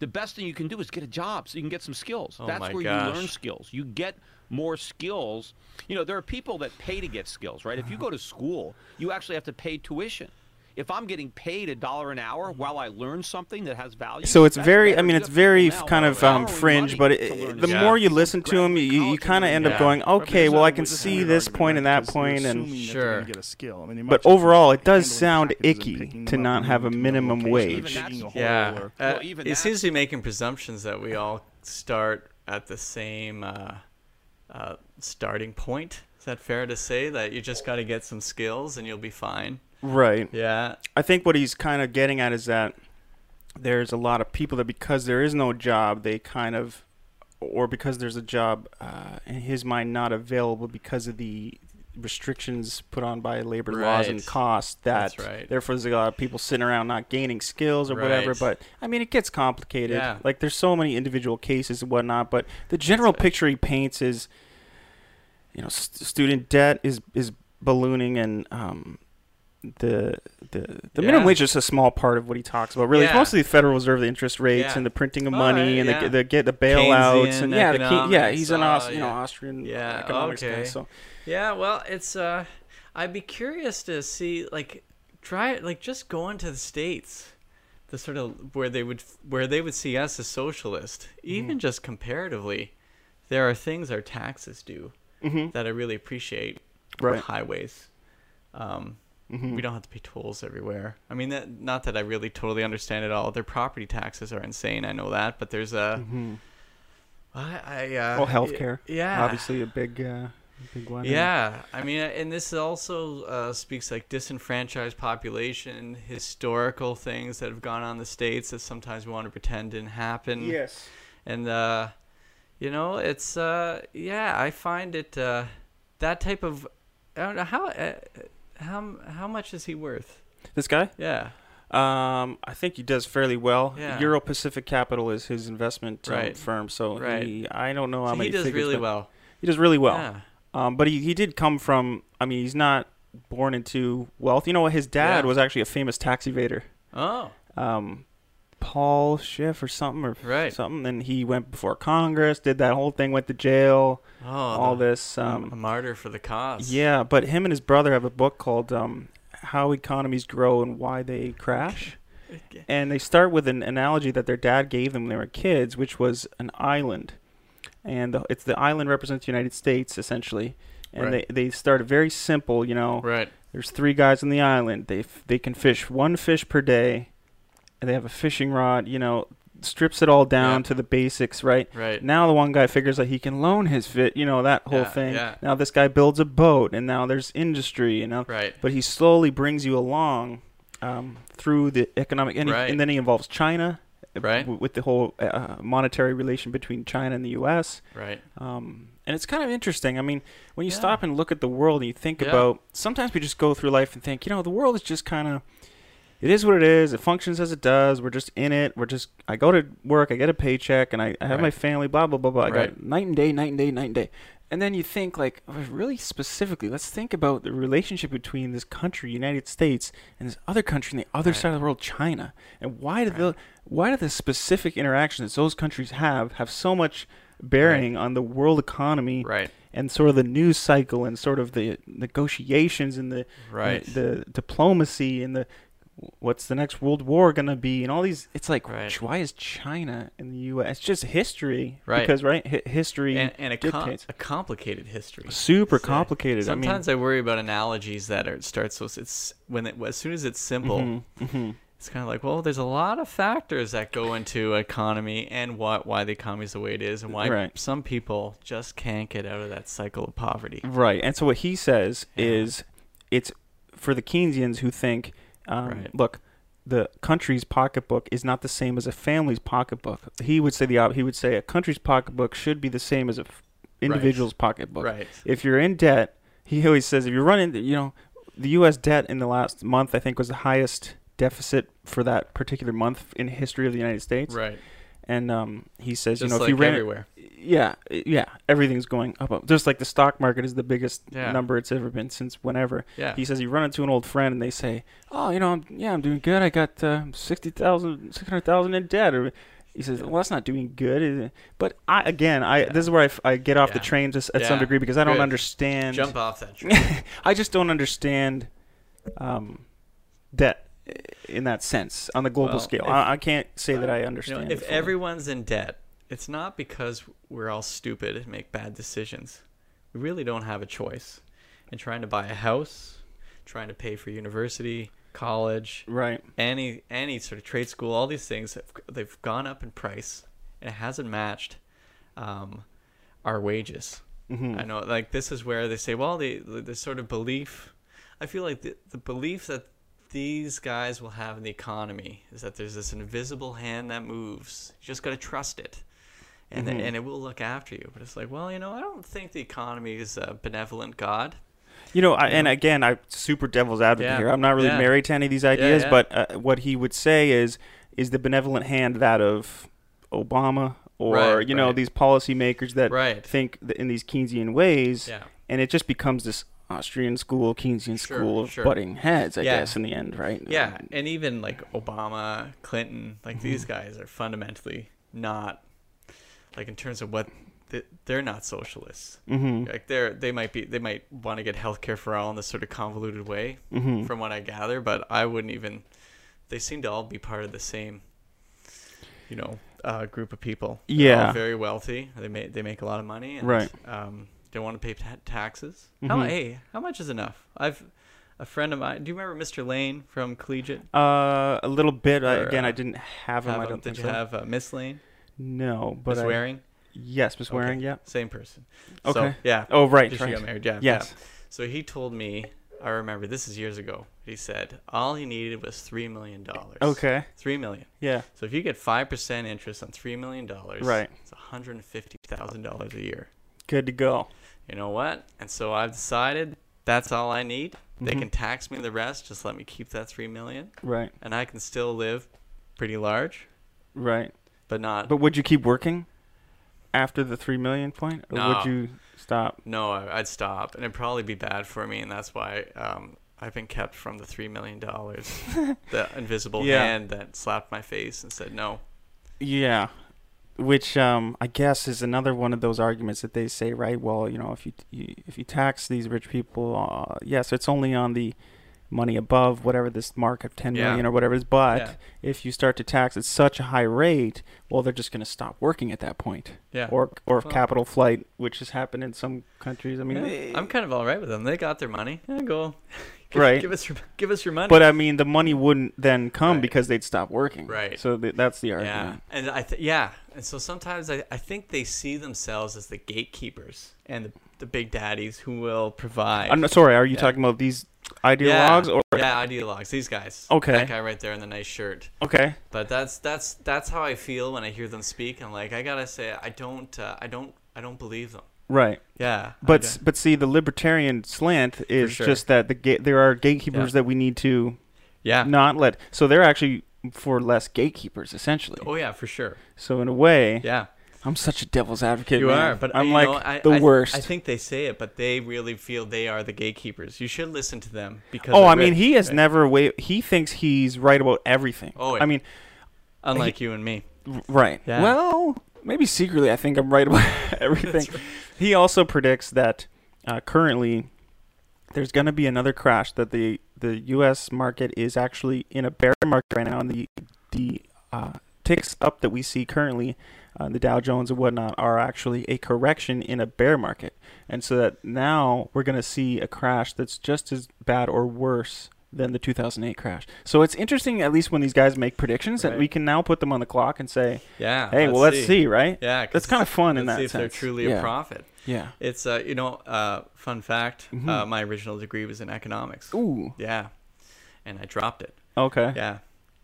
[SPEAKER 6] the best thing you can do is get a job so you can get some skills.
[SPEAKER 2] Oh,
[SPEAKER 6] That's
[SPEAKER 2] my
[SPEAKER 6] where you learn
[SPEAKER 2] gosh.
[SPEAKER 6] skills. You get more skills. You know, there are people that pay to get skills, right? If you go to school, you actually have to pay tuition. If I'm getting paid a dollar an hour while I learn something that has value,
[SPEAKER 1] So it's
[SPEAKER 6] that's
[SPEAKER 1] very, I
[SPEAKER 6] better
[SPEAKER 1] mean, it's
[SPEAKER 6] just
[SPEAKER 1] very
[SPEAKER 6] now
[SPEAKER 1] f- kind
[SPEAKER 6] than
[SPEAKER 1] of um,
[SPEAKER 6] borrowing
[SPEAKER 1] fringe, but
[SPEAKER 6] money to learn
[SPEAKER 1] it, the
[SPEAKER 2] Yeah.
[SPEAKER 1] more you listen to him, you, you
[SPEAKER 6] College
[SPEAKER 1] kind of
[SPEAKER 6] degree.
[SPEAKER 1] end
[SPEAKER 2] Yeah.
[SPEAKER 1] up going,
[SPEAKER 3] But
[SPEAKER 1] okay,
[SPEAKER 3] there's
[SPEAKER 1] well,
[SPEAKER 3] no-
[SPEAKER 1] I can
[SPEAKER 3] this is
[SPEAKER 1] see
[SPEAKER 3] weird
[SPEAKER 1] this
[SPEAKER 3] argument,
[SPEAKER 1] point and
[SPEAKER 3] right?
[SPEAKER 1] that
[SPEAKER 3] 'Cause
[SPEAKER 1] point,
[SPEAKER 3] you're
[SPEAKER 1] and
[SPEAKER 3] assuming that they're gonna
[SPEAKER 2] Sure.
[SPEAKER 3] get a skill. I mean, they might
[SPEAKER 1] But
[SPEAKER 3] just be
[SPEAKER 1] overall, it does
[SPEAKER 3] handling
[SPEAKER 1] sound
[SPEAKER 3] packages and
[SPEAKER 1] icky
[SPEAKER 3] picking
[SPEAKER 1] to
[SPEAKER 3] them up
[SPEAKER 1] not
[SPEAKER 3] and
[SPEAKER 1] have
[SPEAKER 3] moving
[SPEAKER 1] a
[SPEAKER 3] them to
[SPEAKER 1] minimum
[SPEAKER 3] another location,
[SPEAKER 1] wage.
[SPEAKER 3] digging a hole
[SPEAKER 2] Yeah,
[SPEAKER 3] or-
[SPEAKER 2] uh,
[SPEAKER 6] Well, even
[SPEAKER 2] he
[SPEAKER 6] that-
[SPEAKER 2] seems to be making presumptions that we all start at the same uh, uh, starting point. Is that fair to say that you just got to get some skills and you'll be fine?
[SPEAKER 1] right.
[SPEAKER 2] Yeah,
[SPEAKER 1] I think what he's kind of getting at is that there's a lot of people that because there is no job, they kind of, or because there's a job uh, in his mind not available because of the restrictions put on by labor laws and
[SPEAKER 2] Right.
[SPEAKER 1] costs. That
[SPEAKER 2] That's right.
[SPEAKER 1] therefore there's a lot of people sitting around not gaining skills or whatever.
[SPEAKER 2] Right.
[SPEAKER 1] But I mean, it gets complicated.
[SPEAKER 2] Yeah.
[SPEAKER 1] Like there's so many individual cases and whatnot. But the general picture he paints is you know, st- student debt is is ballooning, and um, the the the
[SPEAKER 2] Yeah.
[SPEAKER 1] minimum wage is a small part of what he talks about. Really, it's
[SPEAKER 2] Yeah.
[SPEAKER 1] mostly the Federal Reserve, the interest rates,
[SPEAKER 2] Yeah.
[SPEAKER 1] and the printing of
[SPEAKER 2] Oh,
[SPEAKER 1] money,
[SPEAKER 2] yeah,
[SPEAKER 1] and
[SPEAKER 2] yeah.
[SPEAKER 1] the, the get the bailouts,
[SPEAKER 2] Keynesian
[SPEAKER 1] and yeah, the Key- yeah,
[SPEAKER 2] economics.
[SPEAKER 1] he's an
[SPEAKER 2] Oh,
[SPEAKER 1] Aus- you know
[SPEAKER 2] yeah.
[SPEAKER 1] Austrian
[SPEAKER 2] Yeah,
[SPEAKER 1] economics guy,
[SPEAKER 2] okay.
[SPEAKER 1] so
[SPEAKER 2] yeah. Well, it's uh, I'd be curious to see like try like just going to the states, the sort of where they would where they would see us as socialist, even just comparatively. There are things our taxes do
[SPEAKER 1] Mm-hmm,
[SPEAKER 2] that I really appreciate.
[SPEAKER 1] Right.
[SPEAKER 2] Highways. Um,
[SPEAKER 1] mm-hmm.
[SPEAKER 2] We don't have to pay tolls everywhere. I mean, that, not that I really totally understand it all. Their property taxes are insane. I know that, but there's a.
[SPEAKER 1] Mm-hmm.
[SPEAKER 2] I, I uh,
[SPEAKER 1] well, healthcare,
[SPEAKER 2] Yeah.
[SPEAKER 1] obviously a big uh, big one.
[SPEAKER 2] Yeah, I mean, uh, and this also uh, speaks like disenfranchised population, historical things that have gone on in the states that sometimes we want to pretend didn't happen.
[SPEAKER 1] Yes.
[SPEAKER 2] And uh, you know, it's uh, yeah, I find it uh, that type of I don't know how uh, how how much is he worth?
[SPEAKER 1] This guy,
[SPEAKER 2] Yeah,
[SPEAKER 1] um, I think he does fairly well.
[SPEAKER 2] Yeah.
[SPEAKER 1] Euro Pacific Capital is his investment um,
[SPEAKER 2] Right.
[SPEAKER 1] firm, so
[SPEAKER 2] Right.
[SPEAKER 1] he, I don't know how
[SPEAKER 2] so
[SPEAKER 1] many
[SPEAKER 2] he does
[SPEAKER 1] figures,
[SPEAKER 2] really
[SPEAKER 1] but
[SPEAKER 2] well.
[SPEAKER 1] He does really well.
[SPEAKER 2] Yeah.
[SPEAKER 1] Um, but he, he did come from, I mean, he's not born into wealth. You know what? His dad
[SPEAKER 2] Yeah.
[SPEAKER 1] was actually a famous tax evader.
[SPEAKER 2] Oh,
[SPEAKER 1] Um, Paul Schiff or something or
[SPEAKER 2] Right.
[SPEAKER 1] something. And he went before Congress, did that whole thing, went to jail,
[SPEAKER 2] oh,
[SPEAKER 1] all
[SPEAKER 2] the-
[SPEAKER 1] this.
[SPEAKER 2] a
[SPEAKER 1] Um,
[SPEAKER 2] martyr for the cause.
[SPEAKER 1] yeah, but him and his brother have a book called um, How Economies Grow and Why They Crash.
[SPEAKER 2] Okay.
[SPEAKER 1] And they start with an analogy that their dad gave them when they were kids, which was an island. And the, it's the island represents the United States, essentially. And
[SPEAKER 2] Right.
[SPEAKER 1] they, they start very simple, you know.
[SPEAKER 2] uh, Right.
[SPEAKER 1] There's three guys on the island. They f- they can fish one fish per day, and they have a fishing rod. You know, strips it all down
[SPEAKER 2] Yeah.
[SPEAKER 1] to the basics, right?
[SPEAKER 2] Right.
[SPEAKER 1] Now the one guy figures that he can loan his fit. You know that whole
[SPEAKER 2] Yeah,
[SPEAKER 1] thing.
[SPEAKER 2] yeah.
[SPEAKER 1] Now this guy builds a boat, and now there's industry. You know,
[SPEAKER 2] Right.
[SPEAKER 1] but he slowly brings you along um, through the economic, and, he-
[SPEAKER 2] Right.
[SPEAKER 1] and then he involves China. uh,
[SPEAKER 2] Right.
[SPEAKER 1] w- with the whole uh, monetary relation between China and the U.S.
[SPEAKER 2] Right.
[SPEAKER 1] Um, and it's kind of interesting. I mean, when you
[SPEAKER 2] Yeah.
[SPEAKER 1] stop and look at the world and you think
[SPEAKER 2] Yeah.
[SPEAKER 1] about, sometimes we just go through life and think, you know, the world is just kind of, it is what it is. It functions as it does. We're just in it. We're just, I go to work, I get a paycheck, and I, I have my
[SPEAKER 2] Right.
[SPEAKER 1] family, blah, blah, blah, blah. I got
[SPEAKER 2] Right.
[SPEAKER 1] night and day, night and day, night and day. And then you think, like, oh, really specifically, let's think about the relationship between this country, United States, and this other country on the other side of the world, China. And why do the why do the specific interactions that those countries have have so much bearing on the world economy
[SPEAKER 2] Right.
[SPEAKER 1] and sort of the news cycle and sort of the negotiations and the
[SPEAKER 2] Right.
[SPEAKER 1] and the, diplomacy and the what's the next world war going to be and all these it's like
[SPEAKER 2] Right.
[SPEAKER 1] why is China and the US it's just history
[SPEAKER 2] Right.
[SPEAKER 1] because right hi history
[SPEAKER 2] and, and a, com-
[SPEAKER 1] dictates
[SPEAKER 2] a complicated history.
[SPEAKER 1] super
[SPEAKER 2] So,
[SPEAKER 1] complicated I mean
[SPEAKER 2] Sometimes I, worry about analogies that are it starts so it's when it, as soon as it's simple,
[SPEAKER 1] Mm-hmm.
[SPEAKER 2] it's kind of like well, there's a lot of factors that go into economy and what why the economy is the way it is and why
[SPEAKER 1] Right.
[SPEAKER 2] some people just can't get out of that cycle of poverty.
[SPEAKER 1] Right. And so what he says is it's for the Keynesians who think, um,
[SPEAKER 2] Right.
[SPEAKER 1] look, the country's pocketbook is not the same as a family's pocketbook. He would say the op- he would say a country's pocketbook should be the same as a f- individual's pocketbook.
[SPEAKER 2] Right.
[SPEAKER 1] If you're in debt, he always says if you're running, you know, the U.S. debt in the last month I think was the highest deficit for that particular month in history of the United States.
[SPEAKER 2] Right.
[SPEAKER 1] And um, he says,
[SPEAKER 2] Just
[SPEAKER 1] you know,
[SPEAKER 2] like
[SPEAKER 1] if you ran it-
[SPEAKER 2] everywhere.
[SPEAKER 1] yeah, yeah, everything's going up, up. Just like the stock market is the biggest
[SPEAKER 2] Yeah.
[SPEAKER 1] number it's ever been since whenever.
[SPEAKER 2] Yeah.
[SPEAKER 1] He says you run into an old friend and they say, "Oh, you know, I'm, yeah, I'm doing good. I got uh, 60,000, 600,000 in debt." Or he says, "Well, that's not doing good." Is it? But I again, I this is where I, f- I get off the
[SPEAKER 2] Yeah.
[SPEAKER 1] train just at some
[SPEAKER 2] Yeah.
[SPEAKER 1] degree because I don't
[SPEAKER 2] Good.
[SPEAKER 1] understand.
[SPEAKER 2] Jump off that. Train.
[SPEAKER 1] I just don't understand um, debt in that sense on the global
[SPEAKER 2] Well,
[SPEAKER 1] scale.
[SPEAKER 2] if-
[SPEAKER 1] I, I can't say that I
[SPEAKER 2] You know,
[SPEAKER 1] understand.
[SPEAKER 2] if
[SPEAKER 1] it fully.
[SPEAKER 2] everyone's in debt, it's not because we're all stupid and make bad decisions. We really don't have a choice. And trying to buy a house, trying to pay for university, college,
[SPEAKER 1] right,
[SPEAKER 2] any any sort of trade school, all these things have, they've gone up in price, and it hasn't matched um, our wages. I know, like this is where they say, well, the the sort of belief, I feel like the, the belief that these guys will have in the economy is that there's this invisible hand that moves. You just got to trust it. And, the- and it will look after you, but it's like, well, you know, I don't think the economy is a benevolent God.
[SPEAKER 1] you know, I, and again, I'm super devil's advocate
[SPEAKER 2] Yeah,
[SPEAKER 1] here. I'm not really
[SPEAKER 2] yeah.
[SPEAKER 1] married to any of these ideas,
[SPEAKER 2] yeah.
[SPEAKER 1] but uh, what he would say is, is the benevolent hand that of Obama or
[SPEAKER 2] Right,
[SPEAKER 1] you know
[SPEAKER 2] right.
[SPEAKER 1] these policymakers that
[SPEAKER 2] Right.
[SPEAKER 1] think th- in these Keynesian ways,
[SPEAKER 2] Yeah.
[SPEAKER 1] and it just becomes this Austrian school, Keynesian
[SPEAKER 2] Sure,
[SPEAKER 1] school of
[SPEAKER 2] sure.
[SPEAKER 1] butting heads, I
[SPEAKER 2] Yeah.
[SPEAKER 1] guess, in the end, right?
[SPEAKER 2] Yeah, and even like Obama, Clinton, like these guys are fundamentally not like in terms of what th- they're not socialists. Mm-hmm. Like they're they might be they might want to get healthcare for all in this sort of convoluted way,
[SPEAKER 1] Um, Hmm. mm-hmm.
[SPEAKER 2] from what I gather. But I wouldn't even. They seem to all be part of the same, you know, uh, group of people. They're all
[SPEAKER 1] Yeah.
[SPEAKER 2] very wealthy. They make they make a lot of money. And,
[SPEAKER 1] Right. Mm-hmm.
[SPEAKER 2] Um, don't want to pay ta- taxes. How, hey, how much is enough? I've a friend of mine. Do you remember Mr. Lane from Collegiate?
[SPEAKER 1] Uh, a little bit. I,
[SPEAKER 2] Or,
[SPEAKER 1] again,
[SPEAKER 2] uh,
[SPEAKER 1] I didn't have him.
[SPEAKER 2] Have
[SPEAKER 1] I
[SPEAKER 2] him-
[SPEAKER 1] don't
[SPEAKER 2] did
[SPEAKER 1] think
[SPEAKER 2] you
[SPEAKER 1] so.
[SPEAKER 2] have uh, Miss Lane?
[SPEAKER 1] No, but
[SPEAKER 2] Miss
[SPEAKER 1] I-
[SPEAKER 2] Waring.
[SPEAKER 1] Yes, Miss Waring.
[SPEAKER 2] Okay,
[SPEAKER 1] Yeah.
[SPEAKER 2] Same person.
[SPEAKER 1] Okay.
[SPEAKER 2] So, yeah.
[SPEAKER 1] Oh, right,
[SPEAKER 2] Just she
[SPEAKER 1] right.
[SPEAKER 2] got married. Yeah.
[SPEAKER 1] Yes.
[SPEAKER 2] yeah. So he told me. I remember this is years ago. He said all he needed was three million dollars.
[SPEAKER 1] Okay.
[SPEAKER 2] Three million.
[SPEAKER 1] Yeah.
[SPEAKER 2] So if you get five percent interest on three million dollars,
[SPEAKER 1] Right.
[SPEAKER 2] It's one hundred and fifty thousand dollars a year.
[SPEAKER 1] Good to go.
[SPEAKER 2] You know what? And so I've decided that's all I need. They
[SPEAKER 1] Mm-hmm.
[SPEAKER 2] can tax me the rest. Just let me keep that three million,
[SPEAKER 1] Right.
[SPEAKER 2] and I can still live pretty large,
[SPEAKER 1] Right.
[SPEAKER 2] but not.
[SPEAKER 1] But would you keep working after the three million point, or
[SPEAKER 2] No.
[SPEAKER 1] would you stop?
[SPEAKER 2] no, I- I'd stop, and it'd probably be bad for me, and that's why um, I've been kept from the three million dollars. the invisible
[SPEAKER 1] Yeah.
[SPEAKER 2] hand that slapped my face and said no.
[SPEAKER 1] Yeah. Which um, I guess is another one of those arguments that they say, right? Well, you know, if you, you if you tax these rich people, uh, yes, it's only on the money above whatever this mark of ten
[SPEAKER 2] Yeah.
[SPEAKER 1] million or whatever it is. But
[SPEAKER 2] Yeah.
[SPEAKER 1] if you start to tax at such a high rate, well, they're just going to stop working at that point.
[SPEAKER 2] Yeah.
[SPEAKER 1] Or or
[SPEAKER 2] Well-
[SPEAKER 1] capital flight, which has happened in some countries. I mean, eh,
[SPEAKER 2] I'm kind of all right with them. They got their money. Yeah, go. Give,
[SPEAKER 1] Right.
[SPEAKER 2] Give us your give us your money.
[SPEAKER 1] But I mean, the money wouldn't then come
[SPEAKER 2] Right.
[SPEAKER 1] because they'd stop working.
[SPEAKER 2] Right.
[SPEAKER 1] So th- that's the
[SPEAKER 2] Yeah,
[SPEAKER 1] argument.
[SPEAKER 2] and I th- yeah, and so sometimes I, I think they see themselves as the gatekeepers and the, the big daddies who will provide.
[SPEAKER 1] I'm not- sorry. Are you talking about these ideologues
[SPEAKER 2] yeah,
[SPEAKER 1] or
[SPEAKER 2] yeah, ideologues. These guys.
[SPEAKER 1] Okay.
[SPEAKER 2] that guy right there in the nice shirt.
[SPEAKER 1] okay?
[SPEAKER 2] But that's that's that's how I feel when I hear them speak. I'm like, I gotta say, I don't, uh, I don't, I don't believe them.
[SPEAKER 1] Right.
[SPEAKER 2] Yeah, I
[SPEAKER 1] But
[SPEAKER 2] don't-
[SPEAKER 1] s but see, the libertarian slant is
[SPEAKER 2] sure.
[SPEAKER 1] just that the ga- there are gatekeepers
[SPEAKER 2] Yeah.
[SPEAKER 1] that we need to
[SPEAKER 2] yeah,
[SPEAKER 1] not let. So they're actually for less gatekeepers essentially.
[SPEAKER 2] oh yeah, for sure.
[SPEAKER 1] So in a way,
[SPEAKER 2] Yeah,
[SPEAKER 1] I'm such a devil's advocate.
[SPEAKER 2] you
[SPEAKER 1] man.
[SPEAKER 2] are. But uh,
[SPEAKER 1] I'm
[SPEAKER 2] you
[SPEAKER 1] like
[SPEAKER 2] know, I,
[SPEAKER 1] the
[SPEAKER 2] I-
[SPEAKER 1] worst.
[SPEAKER 2] I think they say it, but they really feel they are the gatekeepers. You should listen to them because.
[SPEAKER 1] oh,
[SPEAKER 2] they're
[SPEAKER 1] I mean,
[SPEAKER 2] rich,
[SPEAKER 1] he has
[SPEAKER 2] right?
[SPEAKER 1] never. Wa- he thinks he's right about everything.
[SPEAKER 2] Oh, yeah.
[SPEAKER 1] I mean,
[SPEAKER 2] unlike you and me.
[SPEAKER 1] Right.
[SPEAKER 2] Yeah.
[SPEAKER 1] Well, maybe secretly I think I'm right about everything. He also predicts that uh, currently there's going to be another crash that the the U.S. market is actually in a bear market right now, and the the uh, ticks up that we see currently, uh, the Dow Jones and whatnot, are actually a correction in a bear market, and so that now we're going to see a crash that's just as bad or worse than the 2008 crash. So it's interesting, at least when these guys make predictions, that
[SPEAKER 2] Right.
[SPEAKER 1] we can now put them on the clock and say,
[SPEAKER 2] Yeah.
[SPEAKER 1] Hey, well, let's see, right?
[SPEAKER 2] Yeah, 'cause
[SPEAKER 1] that's kind of
[SPEAKER 2] it's-
[SPEAKER 1] fun in
[SPEAKER 2] let's
[SPEAKER 1] that
[SPEAKER 2] see if they're
[SPEAKER 1] sense.
[SPEAKER 2] truly
[SPEAKER 1] yeah.
[SPEAKER 2] a prophet.
[SPEAKER 1] Yeah.
[SPEAKER 2] It's uh, you know, uh, fun fact. Uh, my original degree was in economics.
[SPEAKER 1] Mm-hmm. Ooh.
[SPEAKER 2] Yeah, and I dropped it.
[SPEAKER 1] Okay.
[SPEAKER 2] Yeah,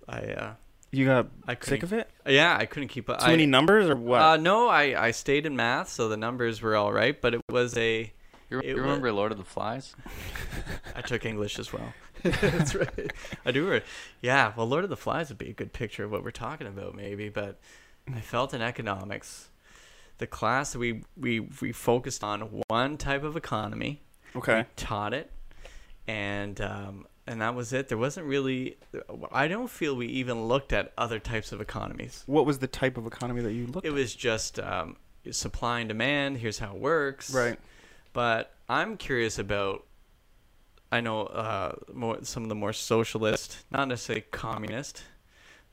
[SPEAKER 2] I uh,
[SPEAKER 1] You got
[SPEAKER 2] I
[SPEAKER 1] sick
[SPEAKER 2] couldn't-
[SPEAKER 1] of it?
[SPEAKER 2] yeah, I couldn't keep up.
[SPEAKER 1] Too
[SPEAKER 2] I-
[SPEAKER 1] many numbers or what?
[SPEAKER 2] Uh, no, I I stayed in math, so the numbers were all right, but it was a
[SPEAKER 5] You,
[SPEAKER 2] It
[SPEAKER 5] you remember
[SPEAKER 2] was-
[SPEAKER 5] Lord of the Flies?
[SPEAKER 2] I took English as well. That's right. I do. re- Yeah. Well, Lord of the Flies would be a good picture of what we're talking about, maybe. But I felt in economics, the class that we we we focused on one type of economy,
[SPEAKER 1] okay.
[SPEAKER 2] taught it, and um, and that was it. There wasn't really. I don't feel we even looked at other types of economies.
[SPEAKER 1] What was the type of economy that you looked?
[SPEAKER 2] It was just um, supply and demand. Here's how it works.
[SPEAKER 1] Right.
[SPEAKER 2] But I'm curious about I know uh, more, some of the more socialist, not necessarily communist,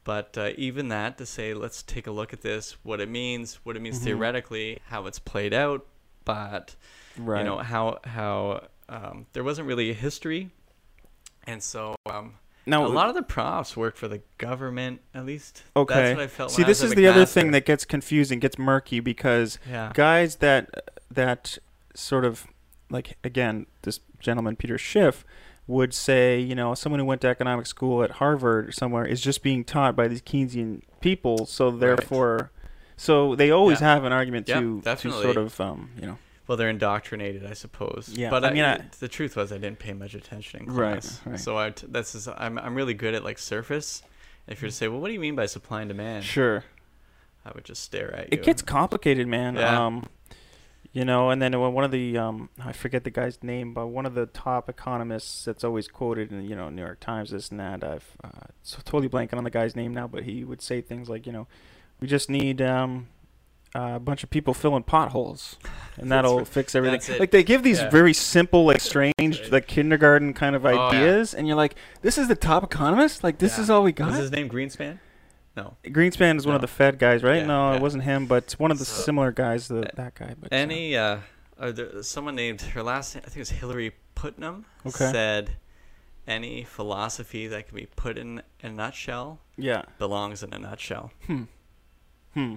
[SPEAKER 2] but uh, even that to say, let's take a look at this, what it means, what it means
[SPEAKER 1] Mm-hmm.
[SPEAKER 2] theoretically, how it's played out, but
[SPEAKER 1] Right.
[SPEAKER 2] you know how how um, there wasn't really a history, and so um,
[SPEAKER 1] Now-
[SPEAKER 2] a lot of the props work for the government, at least.
[SPEAKER 1] Okay.
[SPEAKER 2] that's what I felt.
[SPEAKER 1] See,
[SPEAKER 2] when I
[SPEAKER 1] this
[SPEAKER 2] was
[SPEAKER 1] is
[SPEAKER 2] at
[SPEAKER 1] the other thing
[SPEAKER 2] McMaster.
[SPEAKER 1] that gets confusing, gets murky because
[SPEAKER 2] Yeah.
[SPEAKER 1] guys that that sort of like again, this gentleman Peter Schiff would say, you know, someone who went to economic school at Harvard or somewhere is just being taught by these Keynesian people, so therefore, so they always
[SPEAKER 2] Yeah.
[SPEAKER 1] have an argument
[SPEAKER 2] Yeah,
[SPEAKER 1] to to
[SPEAKER 2] definitely.
[SPEAKER 1] sort of um, you know,
[SPEAKER 2] Well, they're indoctrinated, I suppose.
[SPEAKER 1] Yeah,
[SPEAKER 2] But
[SPEAKER 1] I
[SPEAKER 2] I,
[SPEAKER 1] mean,
[SPEAKER 2] mean,
[SPEAKER 1] I-
[SPEAKER 2] the truth was I didn't pay much attention in
[SPEAKER 1] Right,
[SPEAKER 2] class.
[SPEAKER 1] right.
[SPEAKER 2] So I, t- this is I'm I'm really good at like surface. If you're to say, well, what do you mean by supply and demand?
[SPEAKER 1] sure.
[SPEAKER 2] I would just stare at you.
[SPEAKER 1] It gets complicated, man.
[SPEAKER 2] Yeah.
[SPEAKER 1] Um, you know, and then when one of the um, I forget the guy's name, but one of the top economists that's always quoted in you know New York Times this and that. I've uh, so totally blanking on the guy's name now, but he would say things like, you know, we just need um, a bunch of people filling potholes, and that'll fix everything.
[SPEAKER 2] That's it.
[SPEAKER 1] Like they give these
[SPEAKER 2] Yeah. Oh,
[SPEAKER 1] very simple, like strange, like kindergarten kind of
[SPEAKER 2] yeah.
[SPEAKER 1] ideas, and you're like, this is the top economist. Like this
[SPEAKER 2] Yeah.
[SPEAKER 1] is all we got.
[SPEAKER 2] Is his name Greenspan? No.
[SPEAKER 1] Greenspan is one of
[SPEAKER 2] No.
[SPEAKER 1] the Fed guys, right?
[SPEAKER 2] Yeah,
[SPEAKER 1] no,
[SPEAKER 2] yeah.
[SPEAKER 1] it wasn't him, but it's one of the
[SPEAKER 2] So-
[SPEAKER 1] similar guys, the, that guy. But uh,
[SPEAKER 2] Any uh, are there, someone named her last name, I think it was Hillary Putnam
[SPEAKER 1] Okay.
[SPEAKER 2] said any philosophy that can be put in a nutshell
[SPEAKER 1] yeah,
[SPEAKER 2] belongs in a nutshell.
[SPEAKER 1] Hmm.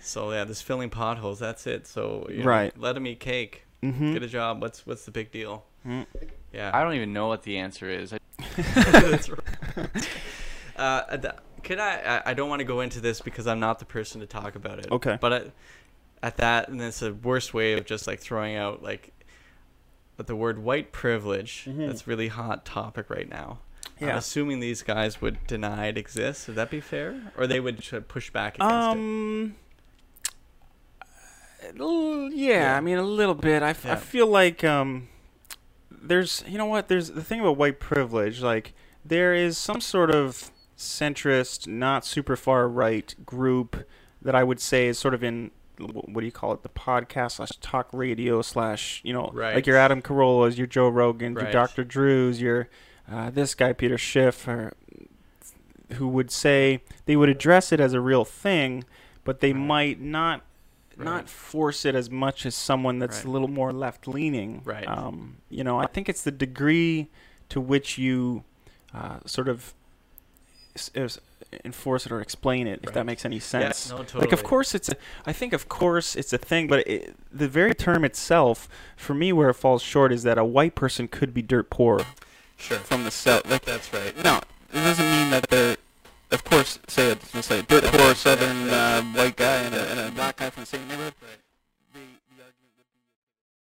[SPEAKER 2] So yeah, this filling potholes, that's it. So you know,
[SPEAKER 1] Right.
[SPEAKER 2] let them eat cake.
[SPEAKER 1] Mhm.
[SPEAKER 2] Get a job. What's what's the big deal?
[SPEAKER 1] Mm.
[SPEAKER 2] Yeah.
[SPEAKER 5] I don't even know what the answer is. I,
[SPEAKER 2] That's right. uh, th- could I? I I don't want to go into this because I'm not the person to talk about it.
[SPEAKER 1] Okay.
[SPEAKER 2] But I, at that, and it's the worst way of just like throwing out like the word white privilege. That's really hot topic right now.
[SPEAKER 1] Mm-hmm. Yeah.
[SPEAKER 2] I'm assuming these guys would deny it exists. Would that be fair? Or they would try to push back against it?
[SPEAKER 1] um, a little- yeah,
[SPEAKER 2] Yeah.
[SPEAKER 1] I mean a little bit. I, f- I
[SPEAKER 2] Yeah.
[SPEAKER 1] feel like um, there's you know what there's the thing about white privilege. Like there is some sort of centrist, not super far right group that I would say is sort of in wh- what do you call it the podcast slash talk radio slash you know
[SPEAKER 2] Right.
[SPEAKER 1] like your Adam Carollas, your Joe Rogan, your
[SPEAKER 2] Right.
[SPEAKER 1] Dr. Drews, your uh, this guy Peter Schiff, or who would say they would address it as a real thing, but they might not not
[SPEAKER 2] Right.
[SPEAKER 1] force it as much as someone that's a
[SPEAKER 2] Right.
[SPEAKER 1] little more left leaning.
[SPEAKER 2] Right.
[SPEAKER 1] Um, you know, I think it's the degree to which you uh, sort of s- is- enforce it or explain it, if that
[SPEAKER 2] Right.
[SPEAKER 1] makes any sense.
[SPEAKER 2] no,
[SPEAKER 1] Like, of
[SPEAKER 2] totally.
[SPEAKER 1] course, it's. A, I think, of course, it's a thing, but it, the very term itself, for me, where it falls short is that a white person could be dirt poor
[SPEAKER 2] Sure.
[SPEAKER 1] from the south. Like,
[SPEAKER 2] That's right.
[SPEAKER 1] no, it doesn't mean that they're, of course, say it's just like dirt poor southern uh, white guy and a, and a black guy from the same neighborhood.